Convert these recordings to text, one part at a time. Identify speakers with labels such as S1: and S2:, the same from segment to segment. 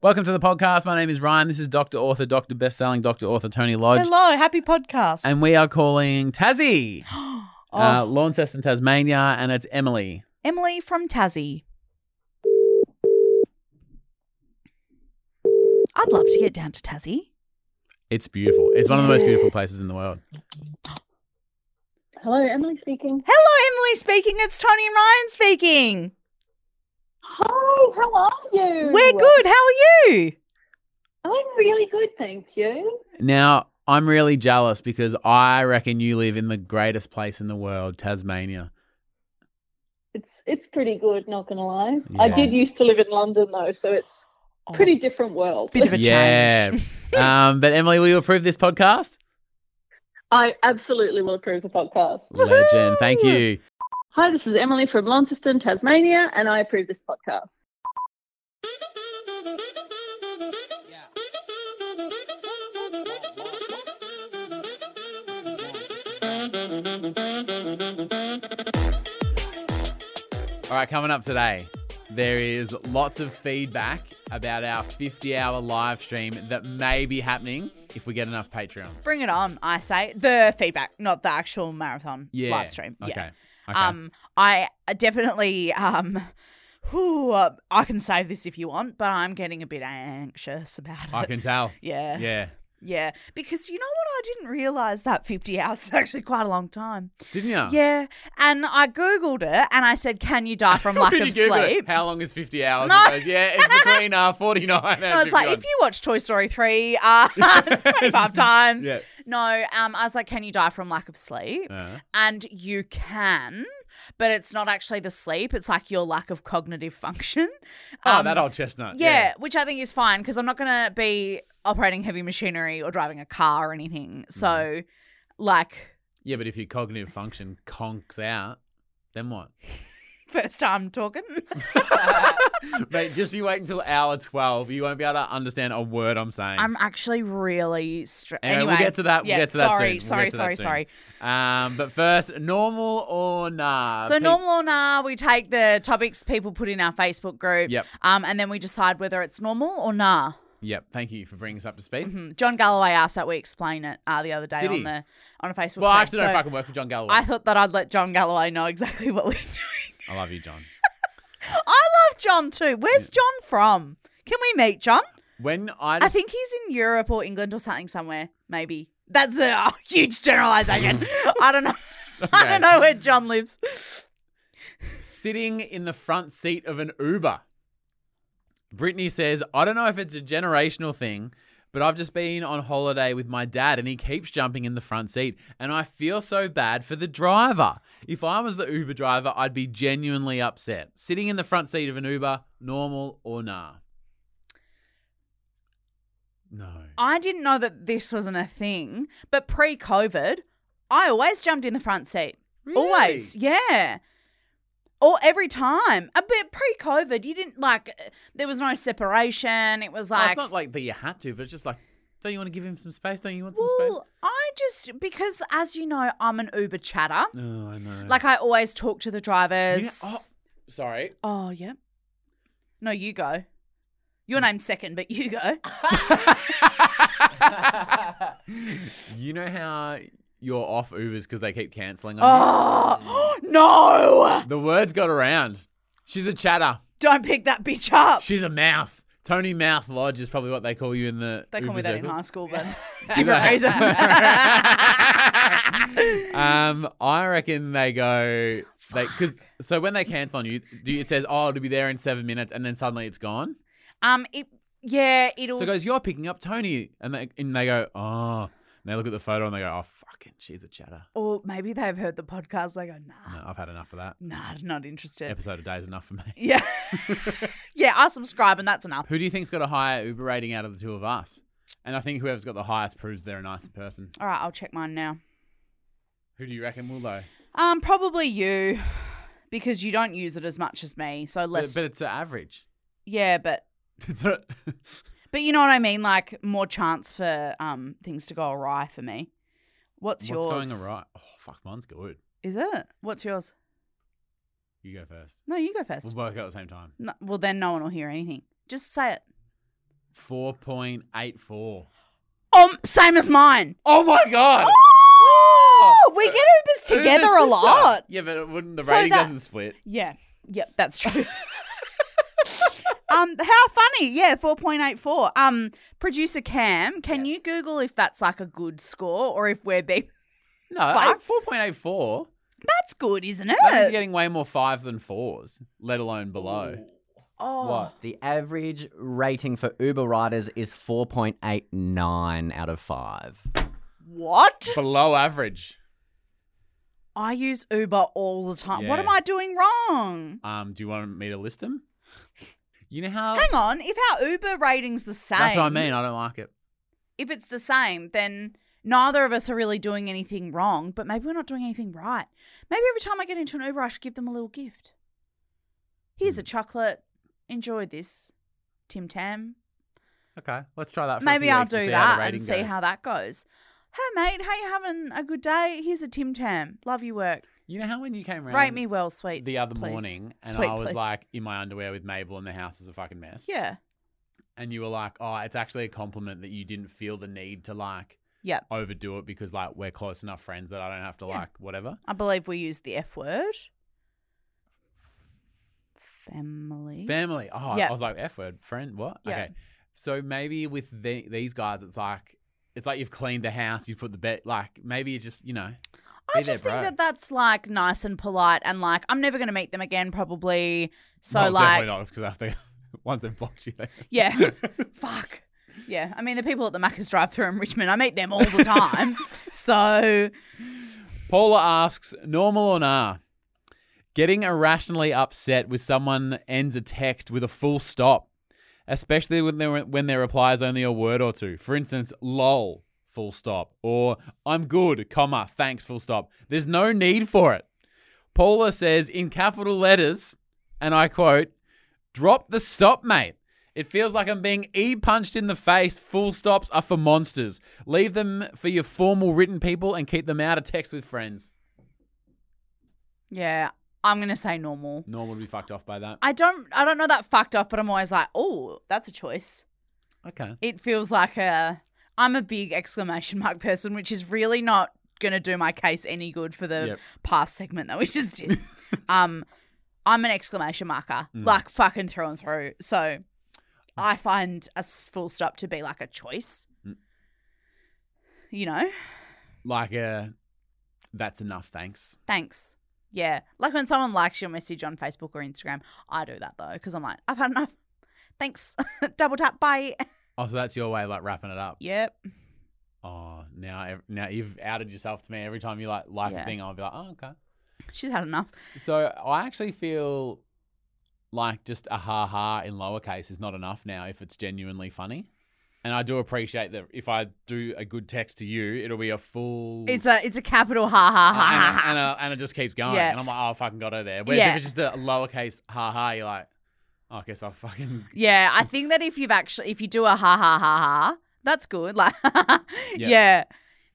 S1: Welcome to the podcast. My name is Ryan. This is Dr. Author, Dr. Bestselling, Dr. Author Tony Lodge.
S2: Hello, happy podcast.
S1: And we are calling Tassie,
S2: oh,
S1: uh, Launceston, Tasmania, and it's Emily.
S2: Emily from Tassie. I'd love to get down to Tassie.
S1: It's beautiful. It's one of the most beautiful places in the world.
S3: Hello, Emily speaking.
S2: Hello, Emily speaking. It's Tony and Ryan speaking.
S3: Hi, how are you?
S2: We're good. How are you?
S3: I'm really good, thank you.
S1: Now, I'm really jealous because I reckon you live in the greatest place in the world, Tasmania.
S3: It's it's pretty good, not gonna lie.
S1: Yeah.
S3: I did used to live in London though, so it's
S2: Oh,
S3: pretty different world.
S2: bit of a
S1: Yeah.
S2: change.
S1: um, but Emily, will you approve this podcast?
S3: I absolutely will approve the podcast.
S1: Legend. Thank
S2: Woohoo!
S1: you.
S3: Hi, this is Emily from Launceston, Tasmania, and I approve this podcast.
S1: All right, coming up today, there is lots of feedback about our 50 hour live stream that may be happening if we get enough Patreons.
S2: Bring it on, I say. The feedback, not the actual marathon
S1: Yeah.
S2: live stream.
S1: Okay.
S2: Yeah.
S1: Okay.
S2: Um, I definitely um, whew, uh, I can save this if you want, but I'm getting a bit anxious about it.
S1: I can tell.
S2: yeah, yeah,
S1: Yeah.
S2: Because you know what, I didn't realize that 50 hours is actually quite a long time.
S1: Didn't you?
S2: Yeah, and I googled it and I said, "Can you die from lack
S1: Did
S2: of
S1: you Google it?
S2: sleep?"
S1: How long is 50 hours?
S2: No.
S1: It goes, yeah, it's between uh, 49 and
S2: And I was like,
S1: 51.
S2: if you watch Toy Story 3 uh, 25 times,
S1: Yeah.
S2: no, um, I was like, can you die from lack of sleep?
S1: Uh,
S2: And you can, but it's not actually the sleep, it's like your lack of cognitive function.
S1: oh,
S2: Um,
S1: that old chestnut.
S2: Yeah, which I think is fine because I'm not going to be operating heavy machinery or driving a car or anything. So,
S1: Mm.
S2: like,
S1: Yeah, but if your cognitive function conks out, then what?
S2: first time talking.
S1: Mate, just you wait until hour 12. You won't be able to understand a word I'm saying.
S2: I'm actually really stressed.
S1: Anyway, we'll get to that- we'll
S2: yeah,
S1: get to that soon.
S2: sorry,
S1: We'll
S2: Sorry,
S1: get to that
S2: sorry,
S1: soon.
S2: sorry.
S1: Um, but first, normal or nah?
S2: So
S1: Uh, Pete-
S2: normal or nah, we take the topics people put in our Facebook group,
S1: Yep.
S2: um, and then we decide whether it's normal or nah.
S1: Yep. Thank you for bringing us up to speed.
S2: Mhm. John Galloway asked that we explain it uh, the other day
S1: Did
S2: on
S1: he?
S2: the on a Facebook.
S1: Well, I
S2: thread.
S1: actually don't
S2: So
S1: fucking work for John Galloway.
S2: I thought that I'd let John Galloway know exactly what we're doing.
S1: I love you, John.
S2: I love John too. Where's John from? Can we meet John?
S1: When I
S2: I
S1: just
S2: think he's in Europe or England or something somewhere. Maybe that's a oh, huge generalization. I don't know. I
S1: Okay.
S2: don't know where John lives.
S1: sitting in the front seat of an Uber, Brittany says, I don't know if it's a generational thing, but I've just been on holiday with my dad and he keeps jumping in the front seat. And I feel so bad for the driver. If I was the Uber driver, I'd be genuinely upset. Sitting in the front seat of an Uber, normal or nah? No.
S2: I didn't know that this wasn't a thing, but pre COVID, I always jumped in the front seat. Always. Yeah. Or every time. A bit pre COVID, you didn't like, uh, there was no separation. It was
S1: Oh,
S2: like,
S1: it's not like that you had to, but it's just like, don't you want to give him some space? Don't you want some space?
S2: well, I just, because as you know, I'm an Uber chatter.
S1: Oh, I know.
S2: Like, I always talk to the
S1: You
S2: drivers.
S1: know- oh, sorry.
S2: Oh, Mm. yeah. No, you go. Your name's second, but you go.
S1: you know how you're off Ubers because they keep cancelling on
S2: oh, no.
S1: you? The word's got around. She's a chatter.
S2: Don't pick that bitch up.
S1: She's a mouth. Tony Mouth Lodge is probably what they call you in the.
S2: They call
S1: Uber
S2: me that in
S1: circles.
S2: high school, but
S1: No.
S2: different reason.
S1: um, I reckon they go they because so when they cancel on you, do you, it says oh it'll be there in seven minutes and then suddenly it's gone.
S2: um, it yeah, it
S1: So
S2: also
S1: it goes you're picking up Tony and they and they go oh and they look at the photo and they go oh fucking she's a chatter.
S2: or maybe they've heard the podcast. They go, nah,
S1: No, I've had enough of that.
S2: nah, not interested.
S1: Episode a day is enough for me.
S2: Yeah, yeah, I subscribe, and that's enough.
S1: Who do you think's got a higher Uber rating out of the two of us? And I think whoever's got the highest proves they're a nicer person.
S2: All right, I'll check mine now.
S1: Who do you reckon will though?
S2: Um, probably you, because you don't use it as much as me. So less.
S1: But, but it's an average.
S2: yeah, but but you know what I mean. Like more chance for um things to go awry for me.
S1: What's
S2: What's, yours?
S1: going alright? Oh fuck, mine's good.
S2: Is it? What's yours?
S1: You go first.
S2: No, you go 1st
S1: We'll both go at the same time.
S2: No, well, then no one will hear anything. Just say it.
S1: 4.84.
S2: Um, same as mine.
S1: Oh my God.
S2: Oh, we get Ubers
S1: Who's
S2: together
S1: the
S2: a
S1: sister?
S2: lot.
S1: Yeah, but it wouldn't the
S2: So
S1: rating
S2: that-
S1: doesn't split.
S2: Yeah, yeah, that's true. um, how funny? Yeah, four point eight four. Um, producer Cam, can you Google if that's like a good score or if we're being
S1: No,
S2: Fuck.
S1: four point eight four.
S2: that's good, isn't it?
S1: That means you're getting way more fives than fours, let alone below.
S2: oh,
S1: What?
S4: The average rating for Uber riders is 4.89 out of 5.
S2: what?
S1: Below average.
S2: I use Uber all the time. What
S1: Yeah.
S2: am I doing wrong?
S1: Um, do you want me to list them? You know how
S2: Hang on, if our Uber rating's the same,
S1: Uh, that's what I mean. I don't like it.
S2: If it's the same, then neither of us are really doing anything wrong, but maybe we're not doing anything right. Maybe every time I get into an Uber, I should give them a little gift.
S1: Hmm.
S2: Here's a chocolate. Enjoy this, Tim Tam.
S1: Okay, let's try that. For a
S2: Maybe
S1: few
S2: I'll
S1: weeks to
S2: do
S1: see how
S2: that
S1: the
S2: and
S1: rating
S2: see
S1: goes.
S2: how that goes. Hey mate, how you having a good day? Here's a Tim Tam. Love your work.
S1: You know how when you came around
S2: Rate me well, sweet.
S1: the other
S2: please.
S1: morning, and
S2: Sweet,
S1: I was
S2: please.
S1: like in my underwear with Mabel, and the house is a fucking mess.
S2: yeah,
S1: And you were like, "Oh, it's actually a compliment that you didn't feel the need to like
S2: yeah.
S1: overdo it because like we're close enough friends that I don't have to
S2: Yeah.
S1: like whatever."
S2: I believe we used the F word. Family.
S1: Family. Oh,
S2: Yeah.
S1: I was like, F word, friend, what?
S2: Yeah.
S1: Okay. So maybe with the, these guys, it's like, it's like you've cleaned the house, you put the bed, like maybe you just, you know,
S2: I
S1: Be there,
S2: just think
S1: bro.
S2: that that's like nice and polite, and like I'm never going to meet them again, probably. So
S1: well,
S2: like,
S1: definitely not because after once they've blocked you, they
S2: yeah, fuck, yeah. I mean, the people at the Macca's drive-through in Richmond, I meet them all the time. so
S1: Paula asks, normal or nah? Getting irrationally upset with someone ends a text with a full stop, especially when their when their reply is only a word or two. For instance, lol, full stop, or I'm good, comma, thanks, full stop. There's no need for it. Paula says in capital letters, and I quote, drop the stop, mate. It feels like I'm being e punched in the face. Full stops are for monsters. Leave them for your formal written people and keep them out of text with friends.
S2: yeah, I'm going to say normal.
S1: Norm would be fucked off by that.
S2: I don't, I don't know that fucked off, but I'm always like, oh, that's a choice.
S1: Okay.
S2: It feels like a, I'm a big exclamation mark person, which is really not going to do my case any good for the
S1: Yep.
S2: past segment that we just did. um, I'm an exclamation marker, like fucking through and through. So I find a s- full stop to be like a choice. You know,
S1: Like, uh, that's enough, thanks.
S2: thanks. Yeah, like when someone likes your message on Facebook or Instagram, I do that though because I'm like, I've had enough. Thanks. Double tap. Bye.
S1: Oh, so that's your way of like wrapping it up.
S2: Yep.
S1: Oh, now ev- now you've outed yourself to me. Every time you like like
S2: Yeah.
S1: a thing, I'll be like, oh, okay.
S2: She's had enough.
S1: So I actually feel like just a ha ha in lowercase is not enough now if it's genuinely funny. And I do appreciate that if I do a good text to you, it'll be a full.
S2: It's a it's a capital ha ha
S1: and, and,
S2: ha ha.
S1: and, uh, and it just keeps going.
S2: Yeah.
S1: And I'm like, oh, I fucking got her there. Whereas
S2: Yeah.
S1: if it's just a lowercase ha ha, you're like, oh, I guess I'll fucking.
S2: Yeah, I think that if you've actually if you do a ha ha ha ha, that's good. Like yeah.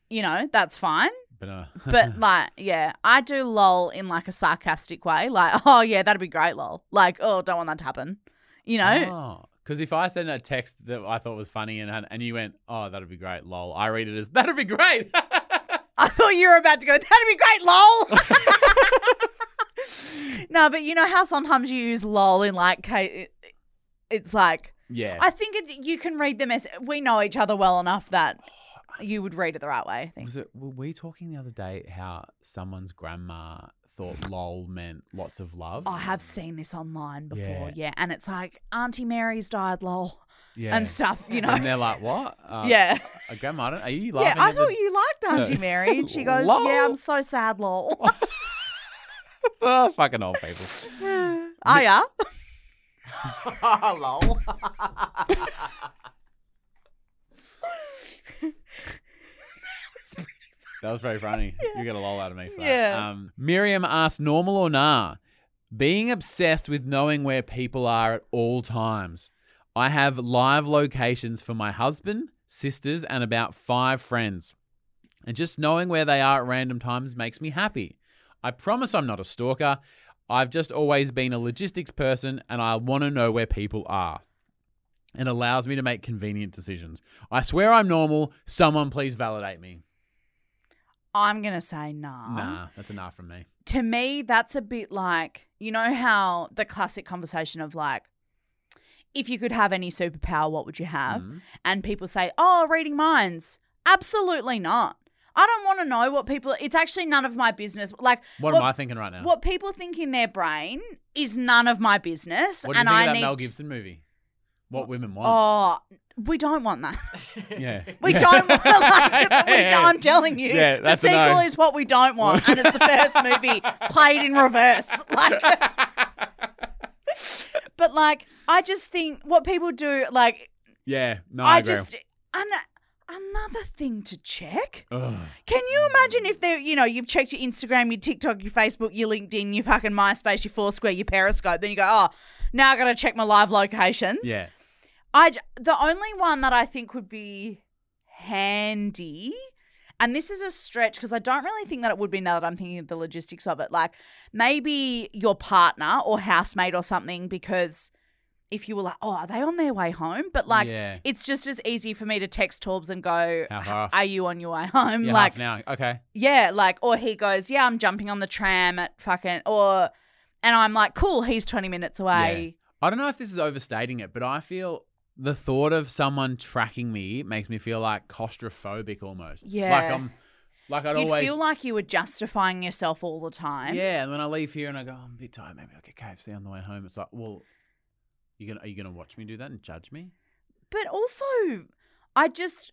S2: You know, that's fine.
S1: But, uh,
S2: But like, yeah, I do lol in like a sarcastic way. Like, oh yeah, that'd be great, lol. Like, oh, don't want that to happen. You
S1: Oh.
S2: know?
S1: Because if I send a text that I thought was funny and and you went, oh, that'd be great, lol. I read it as, that'd be great.
S2: I thought you were about to go, that'd be great, lol. no, but you know how sometimes you use lol in like ca- it's like
S1: yeah.
S2: I think it, you can read them as we know each other well enough that you would read it the right way, I think.
S1: was it, were we talking the other day how someone's grandma thought lol meant lots of love?
S2: I have seen this online before, yeah.
S1: Yeah.
S2: And it's like Auntie Mary's died, lol,
S1: yeah.
S2: and stuff, you know.
S1: And they're like, what? Uh,
S2: yeah.
S1: uh, Grandma, I don't- are you
S2: Yeah,
S1: laughing?
S2: I
S1: at the-
S2: thought you liked Auntie Mary. And she goes, Yeah, I'm
S1: Lol.
S2: so sad, lol.
S1: Oh, fucking old people.
S2: oh, yeah.
S4: Lol.
S1: That was very funny. You get a lol out of me for that.
S2: Yeah.
S1: Um, Miriam asked, normal or nah? Being obsessed with knowing where people are at all times. I have live locations for my husband, sisters, and about five friends. And just knowing where they are at random times makes me happy. I promise I'm not a stalker. I've just always been a logistics person and I want to know where people are. and allows me to make convenient decisions. I swear I'm normal. Someone please validate me.
S2: I'm going to say nah.
S1: Nah, that's enough from me.
S2: To me, that's a bit like, you know, how the classic conversation of like, if you could have any superpower, what would you have?
S1: Mhm.
S2: And people say, oh, reading minds. Absolutely not. I don't want to know what people, it's actually none of my business. Like,
S1: What,
S2: what,
S1: am I thinking right now?
S2: what people think in their brain is none of my business.
S1: What do you
S2: and
S1: think
S2: I
S1: of that
S2: need.
S1: Mel Gibson movie? What women want?
S2: Oh, we don't want that.
S1: yeah.
S2: oh, We
S1: Yeah.
S2: don't want to like it. We don't, I'm telling you,
S1: Yeah,
S2: the
S1: that's a
S2: sequel
S1: no.
S2: is what we don't want, and it's the first movie played in reverse. Like, but like, I just think what people do, like,
S1: yeah. No, I,
S2: I,
S1: agree.
S2: just an, another thing to check.
S1: Ugh.
S2: Can you imagine if they, you know, you've checked your Instagram, your TikTok, your Facebook, your LinkedIn, your fucking MySpace, your Foursquare, your Periscope, then you go, oh, now I got to check my live locations.
S1: Yeah.
S2: I j- the only one that I think would be handy, and this is a stretch because I don't really think that it would be now that I'm thinking of the logistics of it. Like maybe your partner or housemate or something, because if you were like, oh, are they on their way home? But like,
S1: Yeah.
S2: it's just as easy for me to text Torbs and go,
S1: How far off?
S2: are you on your way home?
S1: yeah,
S2: like,
S1: half now. Okay.
S2: yeah, like, or he goes, yeah, I'm jumping on the tram at fucking, or, and I'm like, cool, he's 20 minutes away.
S1: I don't know if this is overstating it, but I feel the thought of someone tracking me makes me feel like claustrophobic almost. Like
S2: Yeah.
S1: I'm like I'd
S2: You'd
S1: always
S2: feel like you were justifying yourself all the time.
S1: Yeah, and when I leave here and I go, I'm a bit tired, maybe I'll get KFC on the way home. It's like, well, you gonna are you gonna watch me do that and judge me?
S2: But also, I just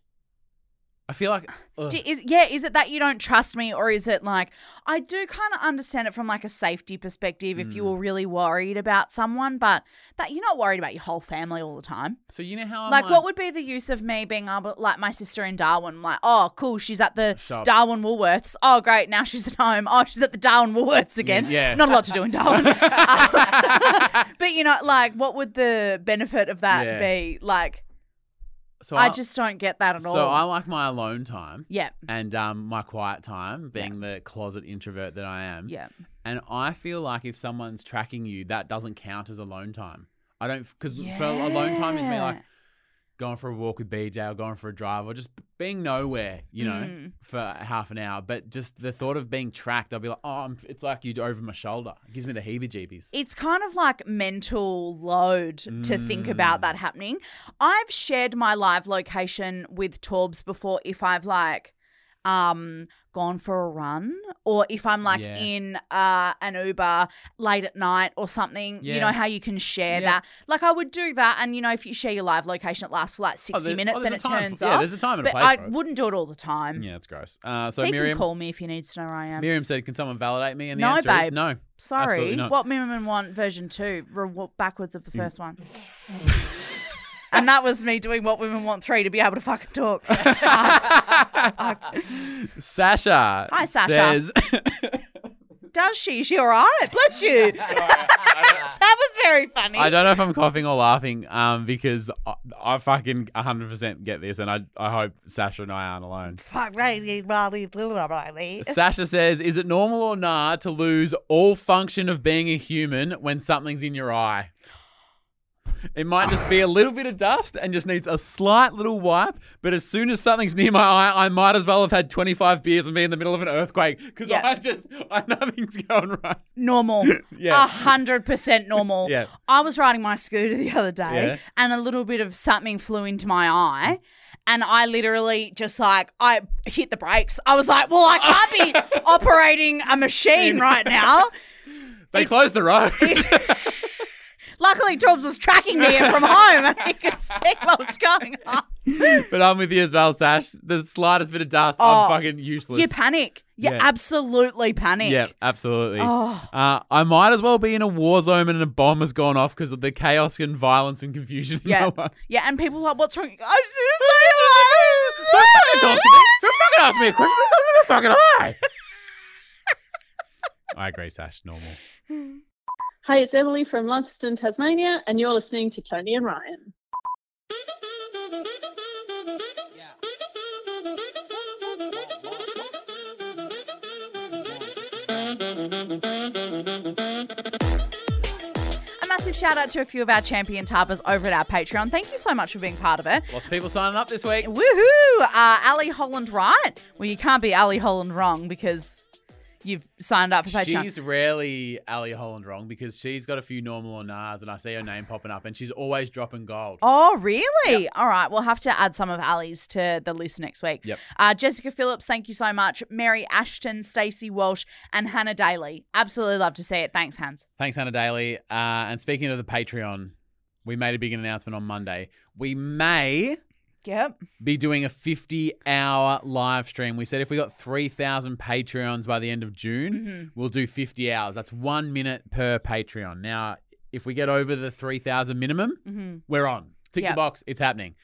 S1: I feel like ugh.
S2: do, is, yeah, is it that you don't trust me, or is it like I do kind of understand it from like a safety perspective if you
S1: Mm.
S2: were really worried about someone, but that you're not worried about your whole family all the time.
S1: So you know how I'm
S2: like, what would be the use of me being able, like my sister in Darwin, like, oh, cool, she's at the
S1: Shop.
S2: Darwin Woolworths. Oh, great, now she's at home. Oh, she's at the Darwin Woolworths again.
S1: yeah.
S2: not a lot to do in Darwin. but you know, like, what would the benefit of that
S1: Yeah.
S2: be? Like,
S1: so
S2: I
S1: I-
S2: just Mm-hmm. don't get that at all.
S1: so I like my alone time
S2: yeah,
S1: and um my quiet time, being the closet introvert that I am.
S2: yeah.
S1: And I feel like if someone's tracking you, that doesn't count as alone time. I don't because for alone time is me
S2: Yeah.
S1: like going for a walk with BJ or going for a drive or just being nowhere, you know,
S2: Mm.
S1: for half an hour. But just the thought of being tracked, I'll be like, oh, I'm, it's like you over my shoulder. It gives me the heebie-jeebies. Oh,
S2: It's kind of like mental load to think about
S1: Mm.
S2: that happening. I've shared my live location with Torbs before if I've like um gone for a run or if I'm like
S1: Yeah.
S2: in uh an Uber late at night or something. You
S1: Yeah.
S2: know how you can share
S1: Yeah.
S2: that. Like I would do that and you know if you share your live location it lasts for like 60
S1: there-
S2: minutes and
S1: Oh, there's
S2: it
S1: a time
S2: turns
S1: for, Yeah,
S2: up.
S1: there's a time and a
S2: but
S1: place
S2: I
S1: for it.
S2: wouldn't do it all the time.
S1: Yeah, it's gross. Uh, so
S2: he
S1: Miriam,
S2: can call me if he needs to know where I am.
S1: Miriam said, can someone validate me? And the
S2: No,
S1: answer is
S2: babe.
S1: no.
S2: Sorry,
S1: Absolutely not. Mm.
S2: what women want version two, re- wa- backwards of the first one. and that was me doing what women want three to be able to fucking talk.
S1: Sasha.
S2: Hi, Sasha.
S1: Says,
S2: Does she? Is she all right? Bless you. that was very funny.
S1: I don't know if I'm coughing or laughing um, because I, I fucking 100% get this, and I, I hope Sasha and I aren't alone.
S2: Fuck, right, right, right, right, right.
S1: Sasha says, Is it normal or nah to lose all function of being a human when something's in your eye? It might just be a little bit of dust and just needs a slight little wipe, but as soon as something's near my eye, I might as well have had 25 beers and be in the middle of an earthquake because
S2: Yeah.
S1: I just, I, nothing's going right.
S2: normal.
S1: Yeah.
S2: A hundred percent normal.
S1: Yeah.
S2: I was riding my scooter the other day
S1: Yeah.
S2: and a little bit of something flew into my eye. And I literally just like I hit the brakes. I was like, well, I can't be operating a machine right now.
S1: They closed the road.
S2: Luckily, Torbs was tracking me from home and he could see what was going on.
S1: but I'm with you as well, Sash. The slightest bit of dust,
S2: Oh,
S1: I'm fucking useless.
S2: You panic. You
S1: Yeah.
S2: absolutely panic.
S1: yeah, absolutely.
S2: Oh.
S1: Uh, I might as well be in a war zone and a bomb has gone off because of the chaos and violence and confusion. in
S2: Yeah.
S1: my life.
S2: Yeah. And people are like, what's wrong?
S1: Don't fucking talk to me. Don't fucking ask me a question. It's not in the fucking eye. I agree, Sash. Normal.
S3: Hey, it's Emily from Launceston, Tasmania, and you're listening to Tony and Ryan.
S2: I must massive shout out to a few of our champion tarpers over at our Patreon. Thank you so much for being part of it.
S1: Lots of people signing up this week.
S2: Woohoo! Uh, Ali Holland right? Well, you can't be Ali Holland wrong because you've signed up for Patreon.
S1: She's rarely Ali Holland wrong because she's got a few normal or Nas, and I see her name popping up, and she's always dropping gold.
S2: Oh, really? All right. We'll have to add some of Ali's to the list next week.
S1: Yep.
S2: Uh, Jessica Phillips, thank you so much. Mary Ashton, Stacey Walsh, and Hannah Daly. Absolutely love to see it. Thanks, Hans.
S1: Thanks, Hannah Daly. Uh, and speaking of the Patreon, we made a big announcement on Monday. We may
S2: Yep.
S1: be doing a 50 hour live stream. We said if we got 3,000 Patreons by the end of June, we'll do 50 hours. That's one minute per Patreon. Now, if we get over the 3,000 minimum,
S2: Mm-hmm.
S1: we're on. Tick
S2: Yep.
S1: the box, it's happening.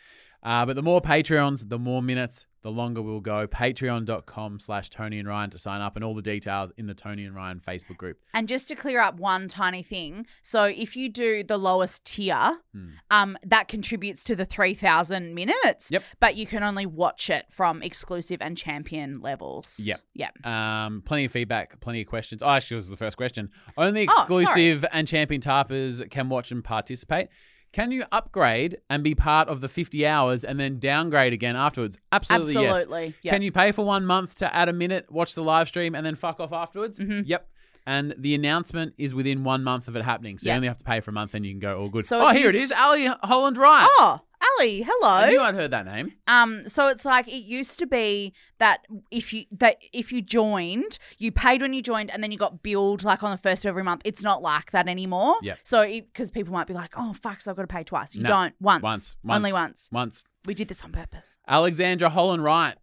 S1: Uh, but the more Patreons, the more minutes, the longer we'll go. Patreon.com slash Tony and Ryan to sign up, and all the details in the Tony and Ryan Facebook group.
S2: And just to clear up one tiny thing, so if you do the lowest tier,
S1: Hmm.
S2: um, that contributes to the three thousand minutes.
S1: Yep.
S2: But you can only watch it from exclusive and champion levels.
S1: Yep.
S2: Yep.
S1: Um, plenty of feedback, plenty of questions. Oh, actually, this was the first question. Only
S2: Oh, sorry.
S1: exclusive and champion tarpers can watch and participate. Can you upgrade and be part of the 50 hours and then downgrade again afterwards? Absolutely, yes.
S2: Absolutely. Yep.
S1: Can you pay for one month to add a minute, watch the live stream, and then fuck off afterwards?
S2: Mm-hmm.
S1: Yep. And the announcement is within one month of it happening, so
S2: Yeah.
S1: you only have to pay for a month, and you can go all good.
S2: So
S1: oh,
S2: if you
S1: here it
S2: s-
S1: is, Ali Holland Ryan.
S2: Oh, Ali, hello.
S1: I knew I'd heard that name.
S2: Um, so it's like it used to be that if you that if you joined, you paid when you joined, and then you got billed like on the first of every month. It's not like that anymore.
S1: Yep.
S2: So because people might be like, oh fuck, so I've got to pay twice. You
S1: No.
S2: don't once,
S1: Once,
S2: only once.
S1: Once.
S2: We did this on purpose.
S1: Alexandra Holland Ryan.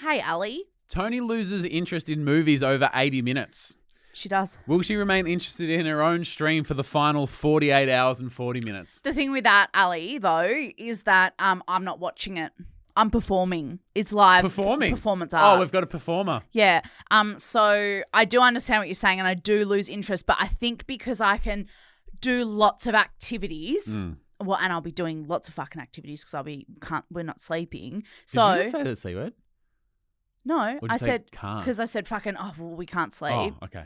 S2: Hey, Ali,
S1: Tony loses interest in movies over 80 minutes.
S2: she does.
S1: Will she remain interested in her own stream for the final 48 hours and 40 minutes?
S2: The thing with that Ali though is that um, I'm not watching it. I'm performing. It's live
S1: Performing.
S2: performance art.
S1: Oh, we've got a performer.
S2: Yeah. Um. So I do understand what you're saying, and I do lose interest, but I think because I can do lots of
S1: Hmm.
S2: activities. Well, and I'll be doing lots of fucking activities because I'll be can't. We're not sleeping. So
S1: Did you just say that C word?
S2: no,
S1: Or did you
S2: I
S1: say
S2: said
S1: can't?
S2: because I said fucking. Oh well, we can't sleep.
S1: Oh, okay.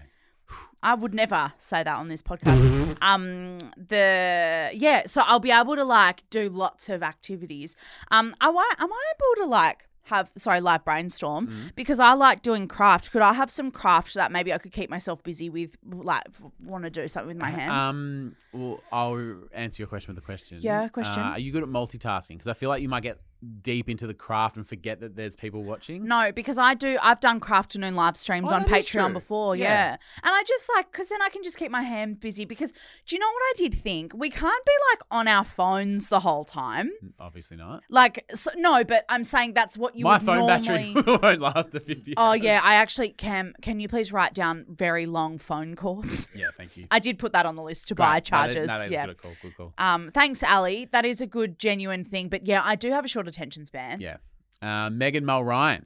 S2: I would never say that on this podcast. um, the yeah, so I'll be able to like do lots of activities. Um, I wa- am I able to like have sorry live brainstorm
S1: Mm-hmm.
S2: because I like doing craft. Could I have some craft that maybe I could keep myself busy with? Like, want to do something with my hands?
S1: Um, well, I'll answer your question with a question.
S2: Yeah, question.
S1: Uh, are you good at multitasking? Because I feel like you might get deep into the craft and forget that there's people watching.
S2: no, because I do. I've done craft afternoon live streams
S1: Oh,
S2: on
S1: that is
S2: Patreon
S1: true.
S2: before,
S1: Yeah.
S2: yeah. And I just like because then I can just keep my hand busy. Because do you know what I did think? We can't be like on our phones the whole time.
S1: Obviously not.
S2: Like so, no, but I'm saying that's what you
S1: My
S2: would
S1: phone
S2: normally.
S1: battery won't last the 50
S2: oh
S1: hours.
S2: yeah, I actually can. Can you please write down very long phone calls?
S1: Yeah, thank you.
S2: I did put that on the list to
S1: Great. No,
S2: buy
S1: that-
S2: charges.
S1: no, that is
S2: yeah.
S1: good. Cool, cool, cool.
S2: Um, thanks, Ali. That is a good, genuine thing. But yeah, I do have a short attention span.
S1: Yeah. Uh, Megan Mulryan.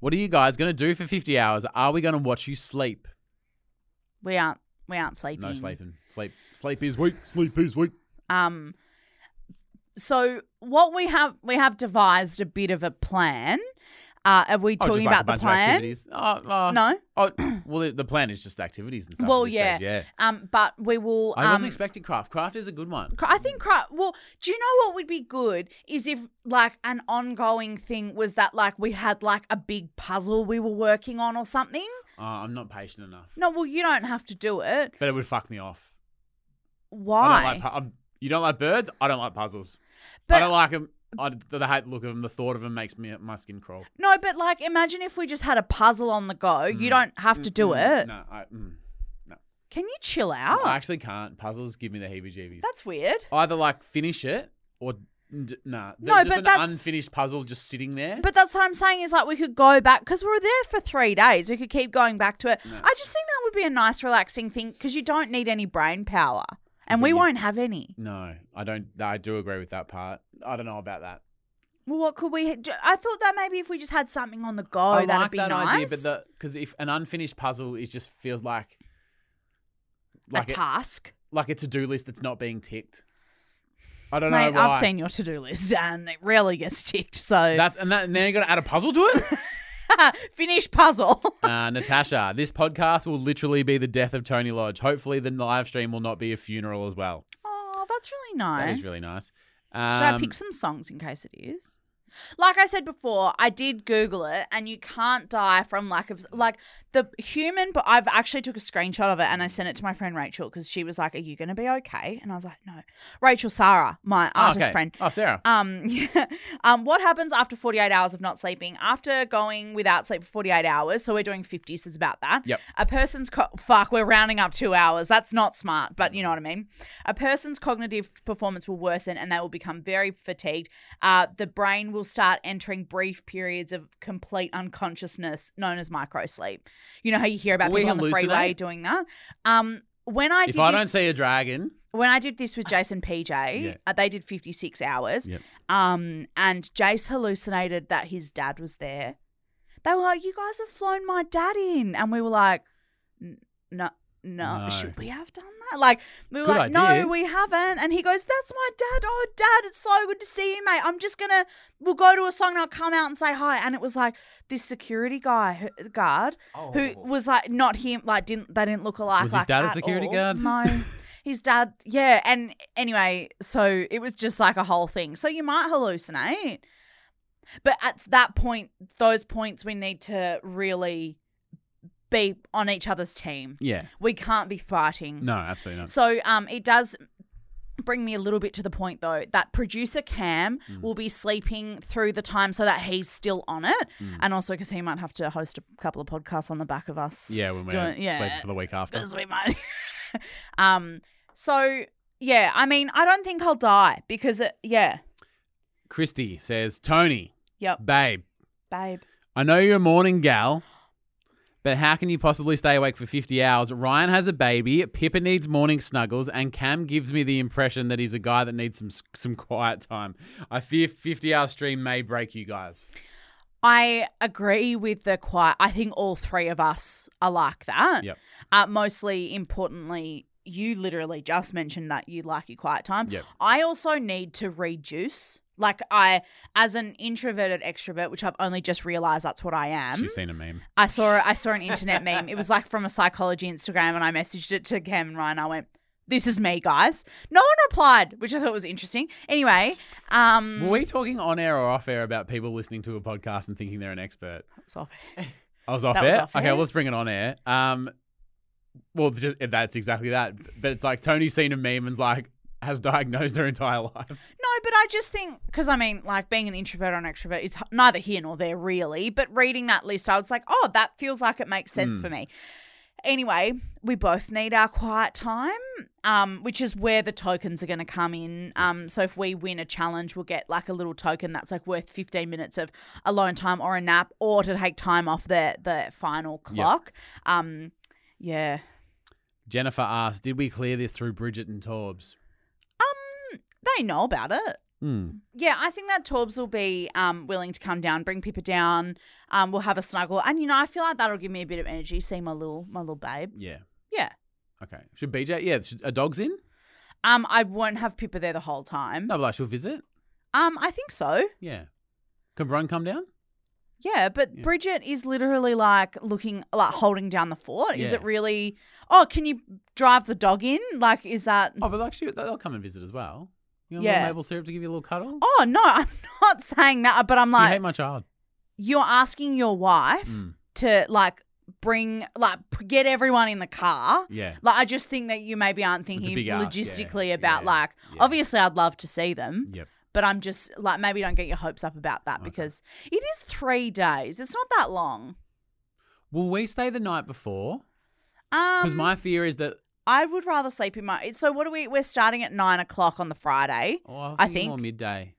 S1: What are you guys going to do for 50 hours? Are we going to watch you sleep?
S2: We aren't. We aren't sleeping.
S1: No sleeping. Sleep. Sleep is weak. Sleep is weak.
S2: Um. So what we have, we have devised a bit of a plan. Uh, are we
S1: Oh,
S2: talking
S1: just like a
S2: about
S1: bunch
S2: the
S1: of
S2: plan?
S1: activities. Oh, oh.
S2: No.
S1: Oh, well, the- the plan is just activities and stuff. at
S2: Well,
S1: this
S2: yeah.
S1: stage, yeah.
S2: Um, but we will.
S1: I
S2: um,
S1: wasn't expecting craft. Craft is a good one.
S2: Cra- I think craft. Well, do you know what would be good is if like an ongoing thing was that like we had like a big puzzle we were working on or something.
S1: Oh, I'm not patient enough.
S2: No, well you don't have to do it.
S1: But it would fuck me off. I
S2: Why?
S1: don't like pu- I'm- you don't like birds? I don't like puzzles. I
S2: But-
S1: don't like them. I, I hate the look of them. The thought of them makes me my skin crawl.
S2: no, but like imagine if we just had a puzzle on the go. You don't have to do
S1: Mm,
S2: it.
S1: Mm-hmm.
S2: Oh.
S1: No, I, mm.
S2: Can you chill out?
S1: I Oh. actually can't. Puzzles give me the heebie-jeebies.
S2: That's weird.
S1: either like finish it or d- nah.
S2: No,
S1: There's just
S2: but
S1: an
S2: that's-
S1: unfinished puzzle just sitting there.
S2: But that's what I'm saying is like we could go back because we were there for three days. We could keep going back to it. I just think that would be a nice relaxing thing because you don't need any brain power, and we
S1: you-
S2: won't have any.
S1: no, I don't. I do agree with that part. I don't know about that.
S2: Well, what could we? Do? I thought that maybe if we just had something on the go,
S1: I
S2: Oh, that'd
S1: like
S2: be
S1: that
S2: nice.
S1: idea, but because if an unfinished puzzle, it just feels like like
S2: a
S1: it,
S2: task.
S1: like a to do list that's not being ticked. I don't
S2: Mate,
S1: know why.
S2: I've seen your to-do list, and it rarely gets ticked. So
S1: that, and that, and then you got to add a puzzle to it.
S2: Finish puzzle.
S1: Uh, Natasha, this podcast will literally be the death of Tony Lodge. Hopefully, the live stream will not be a funeral as well.
S2: oh, that's really nice.
S1: That is really nice.
S2: Should I
S1: Um,
S2: pick some songs in case it is? Like I said before, I did Google it, and you can't die from lack of like the human. But I've actually took a screenshot of it and I sent it to my friend Rachel because she was like, "Are you going to be okay?" And I was like, "No." Rachel Sarah, my
S1: oh,
S2: artist
S1: okay.
S2: friend,
S1: Oh, Sarah.
S2: um, yeah. um, what happens after 48 hours of not sleeping? After going without sleep for 48 hours, so we're doing 50, so it's about that.
S1: Yep.
S2: A person's, co- fuck, we're rounding up two hours. That's not smart, but you know what I mean. A person's cognitive performance will worsen and they will become very fatigued. Uh, the brain will start entering brief periods of complete unconsciousness known as microsleep. You know how you hear about
S1: We
S2: people on the freeway
S1: hallucinate?
S2: doing that? Um, when I
S1: if
S2: did
S1: I
S2: this-
S1: don't see a dragon,
S2: when I did this with Jason PJ,
S1: Yeah.
S2: uh, they did 56 hours.
S1: Yep.
S2: Um, and Jace hallucinated that his dad was there. They were like, You guys have flown my dad in. And we were like, "N- No, no,
S1: No.
S2: should we have done that? Like, we were
S1: Good
S2: like,
S1: idea.
S2: No, we haven't. And he goes, That's my dad. Oh, dad, it's so good to see you, mate. I'm just going to, we'll go to a song and I'll come out and say hi. And it was like, this security guy guard who was like not him like didn't they didn't look alike
S1: Was his
S2: like,
S1: dad a
S2: at
S1: security
S2: all.
S1: guard?
S2: no his dad yeah and anyway so it was just like a whole thing so you might hallucinate but at that point those points we need to really be on each other's team
S1: yeah.
S2: we can't be fighting
S1: No, absolutely not.
S2: so um, it does bring me a little bit to the point though that producer Cam
S1: Mm.
S2: will be sleeping through the time so that he's still on it,
S1: Mm.
S2: and also because he might have to host a couple of podcasts on the back of us.
S1: Yeah, when we're
S2: Doing- yeah.
S1: sleeping for the week after.
S2: because we might. um. So yeah, I mean, I don't think I'll die because it, yeah,
S1: Christy says, Tony,
S2: yep,
S1: babe,
S2: babe.
S1: I know you're a morning gal, but how can you possibly stay awake for 50 hours? Ryan has a baby, Pippa needs morning snuggles, and Cam gives me the impression that he's a guy that needs some some quiet time. I fear 50 hour stream may break you guys.
S2: I agree with the quiet. I think all three of us are like that.
S1: Yep.
S2: Uh, mostly importantly, you literally just mentioned that you like your quiet time.
S1: Yep.
S2: I also need to reduce. Like I, as an introverted extrovert, which I've only just realized that's what I am.
S1: She's seen a meme.
S2: I saw I saw an internet meme. It was like from a psychology Instagram, and I messaged it to Cam and Ryan. I went, "This is me, guys." No one replied, which I thought was interesting. Anyway, um,
S1: Were we talking on air or off air about people listening to a podcast and thinking they're an expert?
S2: sorry.
S1: I was off
S2: That was
S1: air.
S2: off
S1: okay,
S2: air.
S1: well, let's bring it on air. Um, well, just, that's exactly that. But it's like Tony's seen a meme and's like has diagnosed her entire life.
S2: No, but I just think because I mean, like being an introvert or an extrovert, it's neither here nor there really. But reading that list, I was like, oh, that feels like it makes sense for me. Anyway, we both need our quiet time, um, which is where the tokens are going to come in. Um, so if we win a challenge, we'll get like a little token that's like worth fifteen minutes of alone time or a nap, or to take time off the the final clock. Um, yeah.
S1: Jennifer asked, "Did we clear this through Bridget and Torbs?"
S2: they know about it.
S1: Hmm,
S2: Yeah, I think that Torbs will be um, willing to come down, bring Pippa down. Um, we'll have a snuggle, and you know, I feel like that'll give me a bit of energy. See my little my little babe.
S1: Yeah.
S2: Yeah.
S1: Okay. Should BJ? Yeah. Should, are dogs in?
S2: Um, I won't have Pippa there the whole time.
S1: No, but like she'll visit.
S2: Um, I think so.
S1: Yeah. Can Bron come down?
S2: Mm-hmm. Yeah, but
S1: Yeah.
S2: Bridget is literally like looking, like holding down the fort. Is
S1: Yeah.
S2: it really? Oh, can you drive the dog in? Like, is that?
S1: Oh, but like she, they'll come and visit as well. You want a
S2: Yeah.
S1: little maple syrup to give you a little cuddle?
S2: Oh no, I'm not saying that. But I'm
S1: Do you
S2: like,
S1: hate my child?
S2: you're asking your wife
S1: Mm.
S2: to like bring like p- get everyone in the car.
S1: Yeah.
S2: Like I just think that you maybe aren't thinking
S1: big ask, yeah.
S2: logistically
S1: Yeah,
S2: about
S1: yeah,
S2: like
S1: yeah.
S2: obviously I'd love to see them,
S1: Yep.
S2: but I'm just like maybe don't get your hopes up about that
S1: Okay.
S2: because it is 3 days. It's not that long.
S1: Will we stay the night before? Because
S2: Um
S1: my fear is that.
S2: I would rather sleep in my so what are we we're starting at nine o'clock on the Friday.
S1: Oh, I, was
S2: I
S1: thinking more
S2: think-
S1: midday.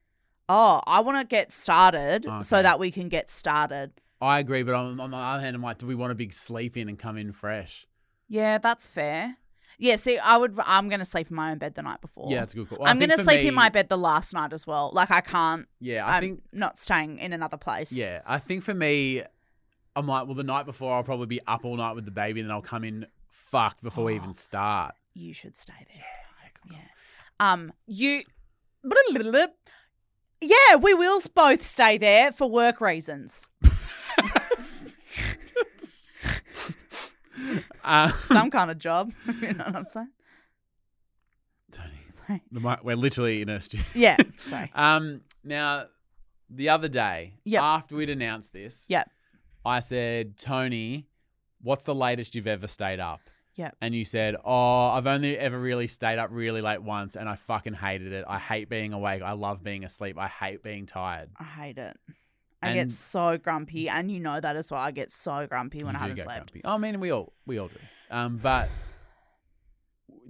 S2: Oh, I wanna get started
S1: Okay.
S2: so that we can get started.
S1: I agree, but on, on the other hand, I'm like, do we want a big sleep in and come in fresh?
S2: Yeah, that's fair. Yeah, see, I would. I'm gonna sleep in my own bed the night before.
S1: Yeah, that's a good call.
S2: I'm
S1: I think
S2: gonna
S1: for
S2: sleep
S1: me-
S2: in my bed the last night as well. Like I can't.
S1: Yeah, I
S2: I am
S1: think.
S2: not staying in another place.
S1: Yeah, I think for me, I'm like, well, the night before I'll probably be up all night with the baby, and then I'll come in fucked before we even start.
S2: you should stay there.
S1: come
S2: Yeah. Um. You. Yeah, we will both stay there for work reasons.
S1: Uh,
S2: Some kind of job. you know what I'm saying?
S1: Tony,
S2: Sorry.
S1: the mi- we're literally in a studio.
S2: Yeah. Sorry.
S1: Um, now, the other day,
S2: Yep.
S1: after we'd announced this,
S2: Yep.
S1: I said, Tony, what's the latest you've ever stayed up?
S2: Yep.
S1: And you said, Oh, I've only ever really stayed up really late once and I fucking hated it. I hate being awake. I love being asleep. I hate being tired.
S2: I hate it. I
S1: And-
S2: get so grumpy, and you know that as well. I get so grumpy when
S1: You do
S2: I haven't
S1: get
S2: slept.
S1: grumpy. Oh, I mean, we all we all do. Um, but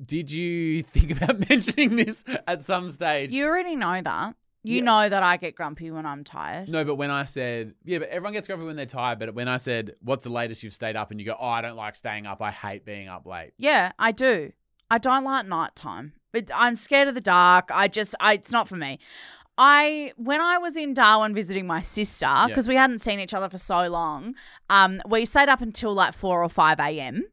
S1: did you think about mentioning this at some stage?
S2: You already know that. You
S1: Yeah.
S2: know that I get grumpy when I'm tired.
S1: No, but when I said, yeah, but everyone gets grumpy when they're tired. But when I said, what's the latest you've stayed up? And you go, oh, I don't like staying up. I hate being up late.
S2: Yeah, I do. I don't like nighttime. But I'm scared of the dark. I just, I, it's not for me. I when I was in Darwin visiting my sister because we hadn't seen each other for so long, um, we stayed up until like four or five a.m.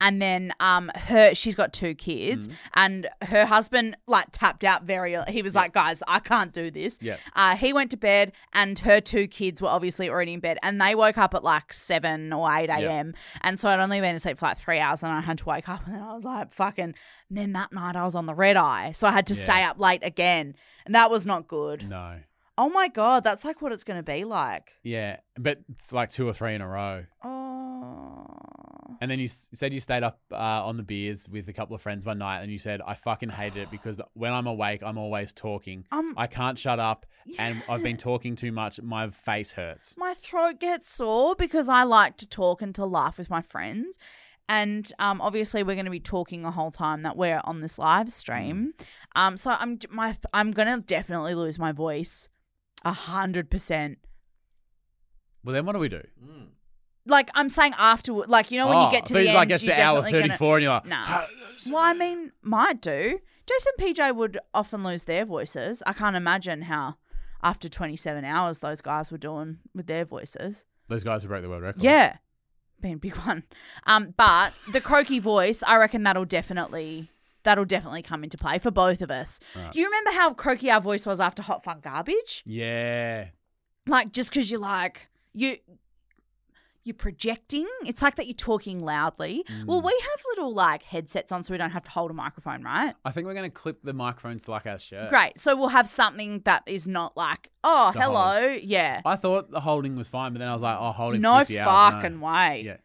S2: And then um, her she's got two kids, and her husband like tapped out very. early. He was like, "Guys, I can't do this."
S1: Yeah.
S2: Uh, he went to bed, and her two kids were obviously already in bed, and they woke up at like seven or eight
S1: Yeah.
S2: a.m. And so I'd only been asleep for like three hours, and I had to wake up, and then I was like, "Fucking." And then that night I was on the red eye, so I had to
S1: Yeah.
S2: stay up late again, and that was not good.
S1: No.
S2: Oh my god, that's like what it's going to be like.
S1: Yeah, but it's like two or three in a row.
S2: Oh.
S1: And then you s- said you stayed up uh, on the beers with a couple of friends one night, and you said, I fucking hated it because when I'm awake, I'm always talking.
S2: Um,
S1: I can't shut up, and I've
S2: yeah.
S1: been talking too much. My face hurts.
S2: My throat gets sore because I like to talk and to laugh with my friends. And um, obviously, we're going to be talking the whole time that we're on this live stream.
S1: Mm.
S2: Um, so I'm my I'm going to definitely lose my voice, a hundred percent.
S1: Well, then what do we do?
S2: Like I'm saying afterward, like you know when you get to
S1: so
S2: the
S1: you,
S2: end,
S1: Ah, like it's
S2: you're
S1: to hour uh,
S2: definitely gonna-
S1: 34, and you're like,
S2: Nah. Well, I mean, might do. Jason PJ would often lose their voices. I can't imagine how after 27 hours those guys were doing with their voices.
S1: those guys who broke the world record.
S2: Yeah. Been a big one. Um, but the croaky voice, I reckon that'll definitely that'll definitely come into play for both of us.
S1: Right.
S2: You remember how croaky our voice was after Hot Fun Garbage?
S1: Yeah.
S2: Like just cause you're like you you're projecting. It's like that you're talking loudly.
S1: Mm.
S2: Well, we have little like headsets on so we don't have to hold a microphone, right?
S1: I think we're going to clip the microphones to like our shirt.
S2: Great. So we'll have something that is not like, oh,
S1: The
S2: hello. Yeah.
S1: I thought the holding was fine, but then I was like, oh, holding
S2: No
S1: 50 hours,
S2: fucking
S1: no.
S2: way.
S1: Yeah.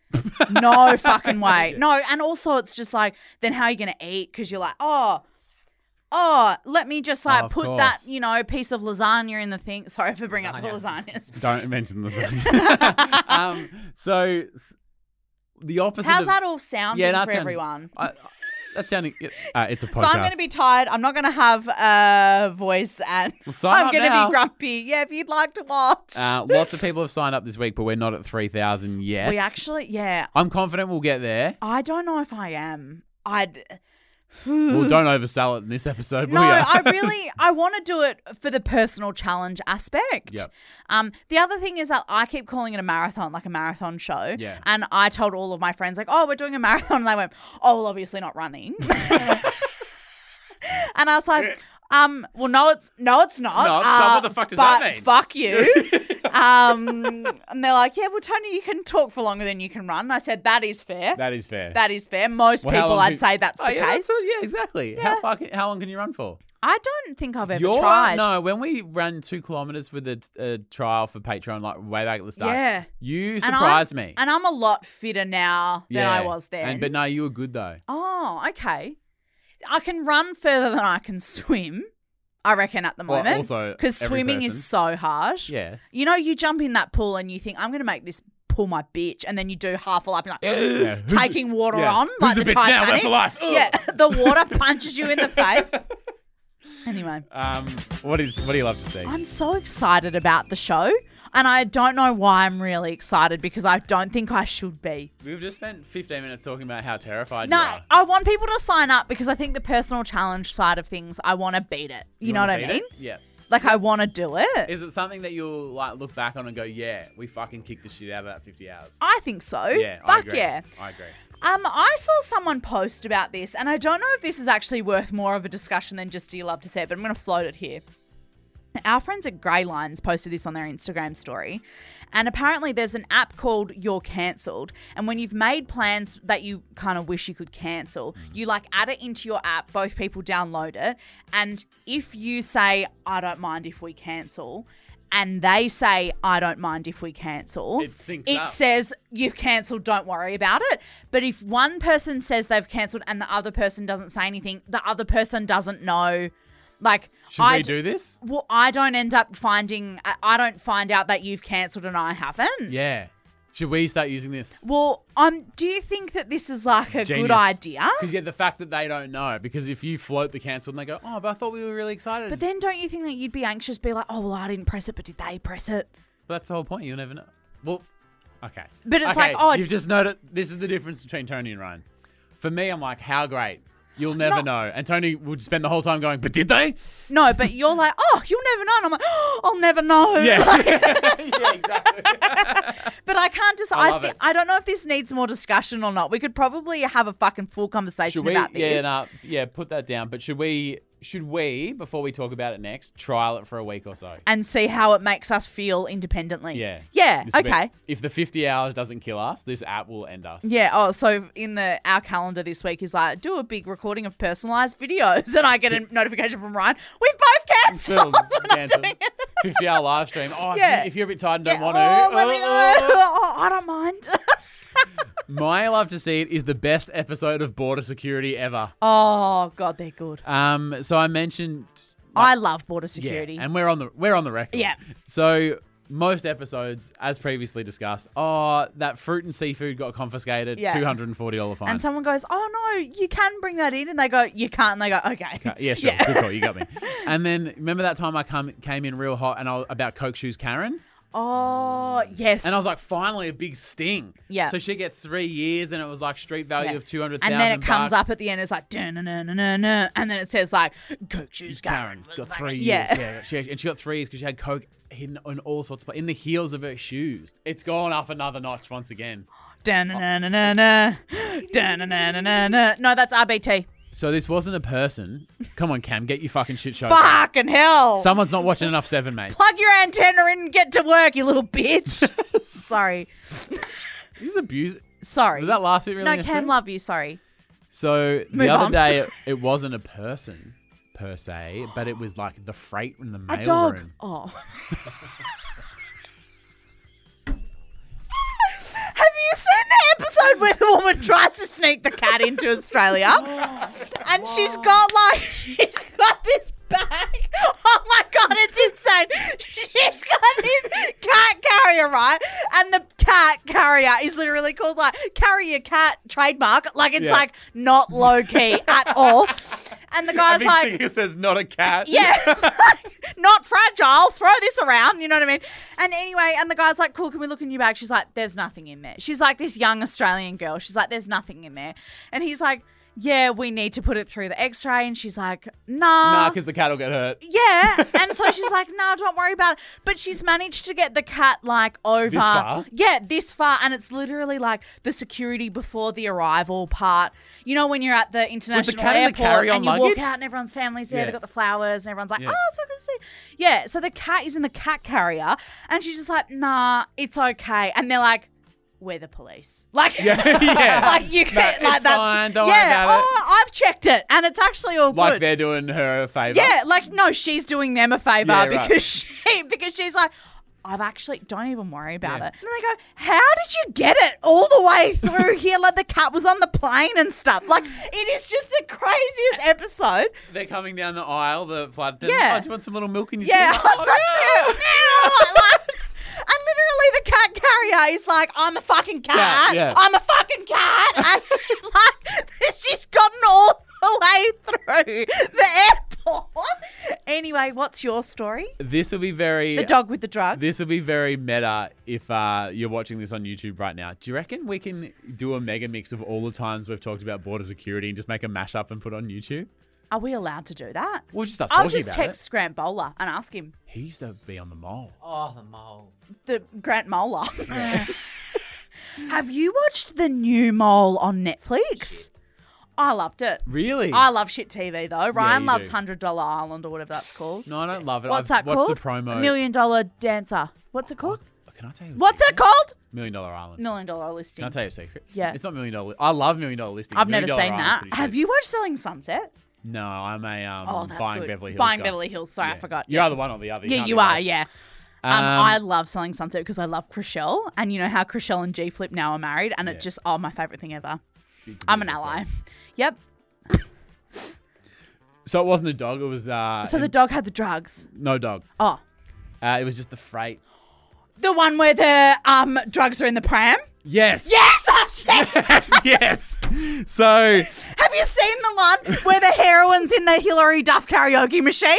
S2: No fucking way. No. And also, it's just like, then how are you going to eat? Because you're like, oh, oh, let me just like
S1: of
S2: put that,
S1: course.
S2: you know, piece of lasagna in the thing. Sorry for bringing up the lasagnas.
S1: Don't mention the song. um, so s- the opposite.
S2: How's
S1: of,
S2: that all sounding
S1: Yeah, that
S2: for
S1: sounds-
S2: everyone?
S1: I, that's sounding. it- Uh, it's a podcast.
S2: So I'm going to be tired. I'm not going to have a voice and
S1: Well, sign
S2: I'm
S1: up
S2: going to
S1: now.
S2: be grumpy. Yeah, if you'd like to watch.
S1: Uh, lots of people have signed up this week, but we're not at three thousand yet.
S2: we actually, yeah,
S1: I'm confident we'll get there.
S2: I don't know if I am. I'd.
S1: well, don't oversell it in this episode.
S2: Mm. No,
S1: will ya?
S2: I really I want to do it for the personal challenge aspect.
S1: Yep.
S2: Um, the other thing is that I keep calling it a marathon, like a marathon show.
S1: Yeah.
S2: And I told all of my friends like, "Oh, we're doing a marathon," and they went, "Oh, well, obviously not running." and I was like. Um, well, no, it's no, it's not.
S1: No, but
S2: Uh,
S1: what the fuck does that
S2: but
S1: mean?
S2: Fuck you. um, and they're like, yeah, well, Tony, you can talk for longer than you can run. I said that is fair.
S1: that is fair.
S2: that is fair. Most
S1: Well, how
S2: people,
S1: long
S2: I'd
S1: can-
S2: say that's
S1: Oh,
S2: the
S1: yeah, that's
S2: case.
S1: a- yeah, exactly. How fucking, How long can you run for?
S2: I don't think I've ever
S1: Your-
S2: tried.
S1: No, when we ran two kilometers with a, a trial for Patreon, like way back at the start,
S2: Yeah.
S1: you
S2: And I'm-
S1: surprised me.
S2: And I'm a lot fitter now than I
S1: Yeah.
S2: was then.
S1: And, but no, you were good though.
S2: oh, okay. I can run further than I can swim, I reckon, at the
S1: Well,
S2: moment.
S1: also,
S2: because
S1: every
S2: swimming
S1: person.
S2: is so harsh.
S1: Yeah.
S2: You know, you jump in that pool and you think, I'm going to make this pool my bitch. And then you do half a lap and you're like,
S1: Yeah. Who's the-
S2: taking water
S1: yeah.
S2: on.
S1: Who's
S2: like
S1: the
S2: the
S1: bitch now? We're
S2: Titanic.
S1: for life. Ugh.
S2: Yeah. the water punches you in the face. anyway.
S1: Um, what is what do you love to see?
S2: I'm so excited about the show, and I don't know why I'm really excited because I don't think I should be.
S1: We've just spent 15 minutes talking about how terrified
S2: No,
S1: you are.
S2: I want people to sign up because I think the personal challenge side of things, I want to beat it. You, know what
S1: wanna
S2: I
S1: beat
S2: mean?
S1: it? Yeah.
S2: Like, I want to do it.
S1: Is it something that you'll like look back on and go, yeah, we fucking kicked the shit out of that 50 hours?
S2: I think so.
S1: yeah. I
S2: Fuck
S1: agree.
S2: yeah.
S1: I agree.
S2: Um, I saw someone post about this, and I don't know if this is actually worth more of a discussion than just do you love to say it, but I'm going to float it here. Our friends at Grey Lines posted this on their Instagram story. And apparently, there's an app called You're Cancelled. And when you've made plans that you kind of wish you could cancel,
S1: Mm.
S2: you like add it into your app. Both people download it. And if you say, I don't mind if we cancel, and they say, I don't mind if we cancel,
S1: It syncs
S2: it
S1: up.
S2: says, You've cancelled, don't worry about it. But if one person says they've cancelled and the other person doesn't say anything, the other person doesn't know. Like,
S1: Should
S2: I
S1: we do this?
S2: well, I don't end up finding, I- I don't find out that you've cancelled and I haven't.
S1: Yeah. Should we start using this?
S2: Well, um, do you think that this is like a
S1: Genius.
S2: good idea?
S1: Because yeah, the fact that they don't know. Because if you float the cancel and they go, oh, but I thought we were really excited.
S2: But then don't you think that you'd be anxious, be like, oh, well, I didn't press it, but did they press it?
S1: But that's the whole point. You'll never know. Well, okay.
S2: But it's
S1: Okay,
S2: like, oh,
S1: you've just noted. This is the difference between Tony and Ryan. For me, I'm like, how great. You'll never know. And Tony would spend the whole time going, but did they?
S2: No, but you're like, oh, you'll never know. And I'm like, oh, I'll never know.
S1: yeah, exactly.
S2: but I can't just,
S1: I
S2: I,
S1: love
S2: thi-
S1: it.
S2: I don't know if this needs more discussion or not. We could probably have a fucking full conversation
S1: Should we?
S2: about this.
S1: Yeah, nah, yeah. Put that down. But should we? Should we? Before we talk about it next, trial it for a week or so.
S2: And see how it makes us feel independently.
S1: Yeah.
S2: Yeah.
S1: This will be-
S2: Okay.
S1: if the 50 hours doesn't kill us, this app will end us.
S2: Yeah. Oh, so in the our calendar this week is like do a big recording of personalized videos, and I get a notification from Ryan. We both
S1: Still,
S2: cancelled. and I'm
S1: cancel.
S2: doing it.
S1: 50 hour live stream. Oh,
S2: Yeah.
S1: if, you, if you're a bit tired and don't
S2: Yeah,
S1: want
S2: oh,
S1: to.
S2: let
S1: oh,
S2: me know.
S1: oh.
S2: Oh, I don't mind.
S1: My Love to See It is the best episode of Border Security ever.
S2: oh God, they're good.
S1: Um, so I mentioned
S2: I love border
S1: yeah,
S2: security.
S1: and we're on the we're on the record.
S2: Yeah.
S1: So most episodes, as previously discussed, oh that fruit and seafood got confiscated,
S2: Yeah.
S1: two hundred and forty dollar fine.
S2: And someone goes, "Oh no, you can bring that in," and they go, "You can't." And they go, "Okay."
S1: Uh, yeah, sure. Good call. You got me. And then remember that time I come, came in real hot and I was about Coke Shoes Karen?
S2: Oh yes.
S1: And I was like, finally, a big sting.
S2: Yeah.
S1: So she gets three years and it was like street value
S2: Yeah.
S1: of 200000
S2: And then it comes
S1: bucks.
S2: up at the end. It's like, "Dun-dun-dun-dun-dun," and then it says like, "Coke shoes,
S1: Karen
S2: was
S1: got
S2: like-
S1: three
S2: Yeah.
S1: years. Yeah, she, and she got three years because she had coke hidden in all sorts of pla- in the heels of her shoes. It's gone up another notch once again.
S2: Da-na-na-na-na-na. Da-na-na-na-na-na. No, that's RBT.
S1: So this wasn't a person. Come on, Cam, get your fucking shit show. back.
S2: Fucking hell.
S1: Someone's not watching enough Seven, mate.
S2: Plug your antenna in and get to work, you little bitch. sorry.
S1: He's abused.
S2: Sorry.
S1: Was that last bit really?
S2: no,
S1: necessary?
S2: Cam, love you. Sorry.
S1: So the
S2: Move
S1: other
S2: on.
S1: day, it, it wasn't a person per se, but it was like the freight in the
S2: A
S1: mail
S2: dog.
S1: room.
S2: Oh. Have you seen the episode where the woman tries to sneak the cat into Australia? And she's got like, she's got this bag. Oh my God, it's insane. She's got this cat carrier, right? And the cat carrier is literally called like carrier cat trademark. Like it's
S1: Yeah.
S2: like not low key at all. And the guy's like,
S1: there's not a cat.
S2: yeah. Not fragile. Throw this around. You know what I mean? And anyway, and the guy's like, cool, can we look in your bag? She's like, there's nothing in there. She's like this young Australian girl. She's like, there's nothing in there. And he's like, yeah, we need to put it through the x ray. And she's like, Uh,
S1: Nah, because the cat will get hurt.
S2: yeah. And so she's like, no, don't worry about it. But she's managed to get the cat like over.
S1: far?
S2: Yeah, this far. And it's literally like the security before the arrival part. You know, when you're at the international
S1: cat in the
S2: airport
S1: carry-on
S2: and you
S1: luggage?
S2: walk out and everyone's family's there,
S1: Yeah.
S2: they've got the flowers and everyone's like,
S1: Yeah.
S2: oh, so good to see. you." Yeah. So the cat is in the cat carrier and she's just like, nah, it's okay. And they're like, we're the police. Like,
S1: Yeah, yeah.
S2: like you can't,
S1: No,
S2: like
S1: it's
S2: that's
S1: fine, don't worry
S2: yeah.
S1: about it.
S2: oh, I've checked it, and it's actually all
S1: Like
S2: good.
S1: they're doing her a favor.
S2: Yeah, like no, she's doing them a favor
S1: Yeah, right.
S2: because she because she's like, I've actually don't even worry about
S1: Yeah.
S2: it. And they go, How did you get it all the way through here? Like the cat was on the plane and stuff. Like it is just the craziest episode.
S1: They're coming down the aisle, the flight attendant.
S2: Yeah.
S1: Oh, do you want some little milk in your
S2: Yeah.
S1: tea?" Oh,
S2: I'm like,
S1: yeah.
S2: "Ew, ew," like- and literally the cat carrier is like, I'm a fucking cat.
S1: yeah.
S2: I'm a fucking cat. And like she's gotten all the way through the airport. Anyway, what's your story?
S1: This will be very.
S2: The dog with the drug.
S1: This will be very meta if uh, you're watching this on YouTube right now. Do you reckon we can do a mega mix of all the times we've talked about border security and just make a mashup and put it on YouTube?
S2: Are we allowed to do that?
S1: We'll just start
S2: I'll
S1: talking
S2: just
S1: about
S2: text Grant Bowler and ask him.
S1: it. He used to be on the mole.
S4: Oh, the mole.
S2: The Grant Molar. Have you watched the new mole on Netflix? I loved it.
S1: Really?
S2: I love shit TV though. Ryan
S1: you
S2: loves
S1: do.
S2: Hundred Dollar Island or whatever that's called.
S1: no, I don't love it.
S2: What's
S1: I've
S2: that
S1: watched
S2: called?
S1: the promo. Oh,
S2: Million Dollar Dancer. What's it called?
S1: Can I tell you? a
S2: What's it
S1: secret?
S2: called?
S1: Million Dollar Island.
S2: Million Dollar
S1: Can I
S2: Listing.
S1: tell you a secret?
S2: Yeah.
S1: It's not Million Dollar. I love Million Dollar Listing.
S2: I've
S1: Million
S2: never
S1: Dollar
S2: seen
S1: Island's
S2: that.
S1: pretty
S2: Have
S1: sick.
S2: you watched Selling Sunset?
S1: No, I'm a um,
S2: Oh, that's
S1: buying
S2: good.
S1: Beverly Hills.
S2: Buying
S1: guy.
S2: Beverly Hills. Sorry, I
S1: Yeah.
S2: forgot.
S1: You're either one or the other.
S2: Yeah,
S1: can't
S2: you
S1: be
S2: are.
S1: both.
S2: Yeah. Um, I love Selling Sunset because I love Chriselle, and you know how Chriselle and G Flip now are married, and
S1: Yeah.
S2: it just oh my favorite thing ever.
S1: It's a
S2: I'm an
S1: beautiful
S2: ally.
S1: story.
S2: Yep.
S1: So it wasn't a dog. It was uh,
S2: So the
S1: in-
S2: dog had the drugs.
S1: no dog.
S2: Oh,
S1: Uh, it was just the freight.
S2: the one where the um drugs are in the pram.
S1: Yes.
S2: Yes, I've seen.
S1: yes. So
S2: Have you seen the one where the heroine's in the Hillary Duff karaoke machine?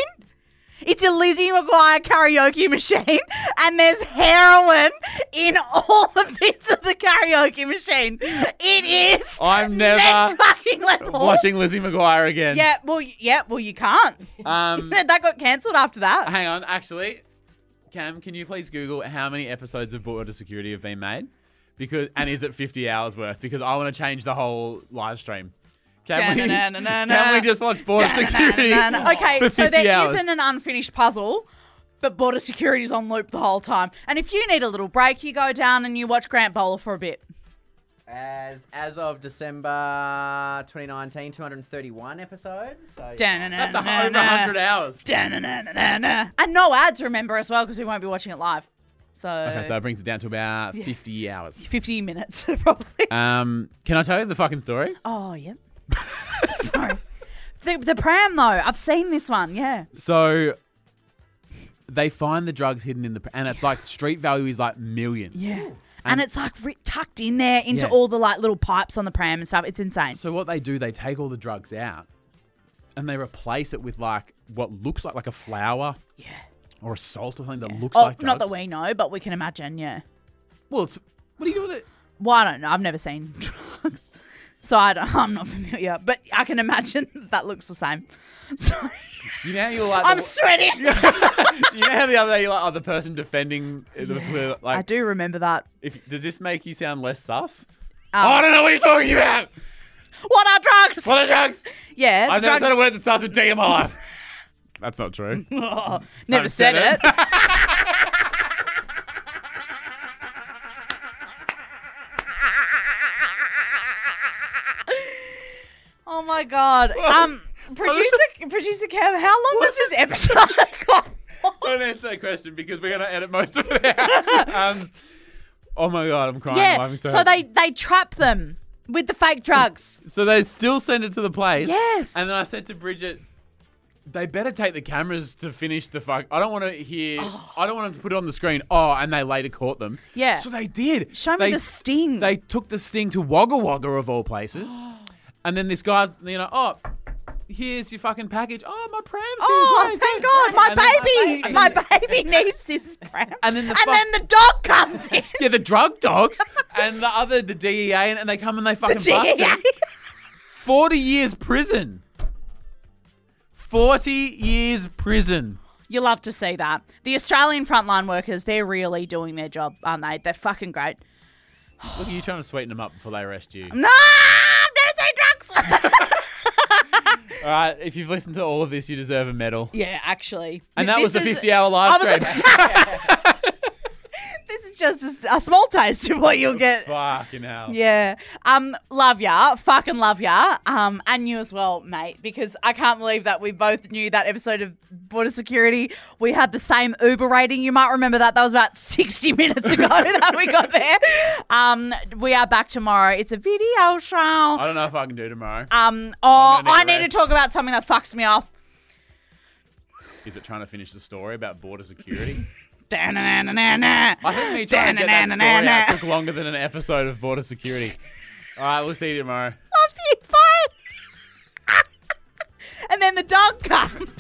S2: It's a Lizzie McGuire karaoke machine, and there's heroin in all the bits of the karaoke machine. It is
S1: I'm never
S2: next fucking level.
S1: watching Lizzie McGuire again.
S2: Yeah, well, y- yeah, well, you can't.
S1: Um,
S2: that got cancelled after that.
S1: hang on. Actually, Cam, can you please Google how many episodes of Border Security have been made? Because and is it 50 hours worth? Because I want to change the whole live stream. Can we?
S2: Da-na-na-na-na.
S1: Can we just watch Border Security?
S2: okay,
S1: for
S2: so
S1: 50
S2: there
S1: hours?
S2: not an unfinished puzzle, but border security's on loop the whole time. And if you need a little break, you go down and you watch Grant Bowler for a bit.
S4: As as of December 2019, 231 episodes. So yeah.
S2: Da-na-na-na-na.
S1: That's a- over 100 hours.
S2: Da-na-na-na-na. And no ads, remember as well, because we won't be watching it live. So,
S1: Okay, so it brings it down to about 50 hours.
S2: 50 minutes probably.
S1: Um, can I tell you the fucking story?
S2: oh, yep. Sorry. The, the pram though, I've seen this one. Yeah,
S1: So they find the drugs hidden in the, and it's like street value is like millions.
S2: yeah, and, it's like ri tucked in there into
S1: Yeah.
S2: all the like little pipes on the pram and stuff. It's insane.
S1: So what they do, they take all the drugs out, and they replace it with like what looks like like a flour, yeah, or a salt or something that looks
S2: Oh,
S1: like drugs.
S2: not that we know, but we can imagine. Yeah.
S1: Well, it's, what do you do with it?
S2: Well, I don't know. I've never seen drugs, so I don't, I'm not familiar. But I can imagine that looks the same. So
S1: You know, how you're like,
S2: I'm
S1: the-
S2: sweating.
S1: you know how the other day you're like, oh, the person defending it was with,
S2: I
S1: like,
S2: do remember that.
S1: if does this make you sound less sus?
S2: Oh.
S1: I don't know what you're talking about.
S2: What are drugs?
S1: What are drugs?
S2: Yeah,
S1: I've
S2: the
S1: never
S2: drugs.
S1: said a word that starts with D in my life. That's not true.
S2: Oh,
S1: I've
S2: never
S1: said
S2: said it. oh my god. Um, producer, producer Cam, how long was this episode? gone?
S1: Don't answer that question because we're gonna edit most of it out. Um, oh my god, I'm crying. I'm
S2: yeah.
S1: laughing
S2: So,
S1: so, hard.
S2: they they trap them with the fake drugs.
S1: so they still send it to the place.
S2: Yes.
S1: And then I said to Bridget, they better take the cameras to finish the fuck. I don't want to hear. I don't want them to put it on the screen. Oh, and they later caught them.
S2: Yeah.
S1: So they did.
S2: Show
S1: they,
S2: me the sting.
S1: They took the sting to Wagga Wagga of all places, and then this guy, you know, oh. Here's your fucking package. Oh, my pram's here.
S2: oh,
S1: Great,
S2: thank
S1: good."
S2: God, my
S1: And then-
S2: baby,
S1: and
S2: my
S1: then-
S2: baby needs this pram.
S1: And then the fu-
S2: then the dog comes in.
S1: Yeah, the drug dogs and the other, the DEA, and, and they come and they fucking
S2: E
S1: bust him. 40 years prison. 40 years prison.
S2: You love to see that. The Australian frontline workers, they're really doing their job, aren't they? They're fucking great.
S1: Look, are you trying to sweeten them up before they arrest you?
S2: No, I've never seen drugs.
S1: All right, if you've listened to all of this, you deserve a medal.
S2: yeah, actually.
S1: And that
S2: This
S1: was the
S2: is-
S1: 50 hour live
S2: I was-
S1: stream.
S2: This is just a s- a, small taste of what you'll get.
S1: Fucking hell.
S2: Yeah. Um, love ya. Fucking love ya. Um, and you as well, mate, because I can't believe that we both knew that episode of Border Security. We had the same Uber rating. You might remember that. That was about 60 minutes ago that we got there. Um, we are back tomorrow. It's a video show.
S1: I don't know if I can do tomorrow.
S2: Um, oh,
S1: I'm gonna need a
S2: I need to
S1: rest.
S2: talk about something that fucks me off.
S1: Is it trying to finish the story about border security?
S2: Da-na-na-na-na.
S1: I think me trying to get that story
S2: Da-na-na-na-na.
S1: out took longer than an episode of border security. All right, we'll see you tomorrow.
S2: Love you. Bye. and then the dog comes.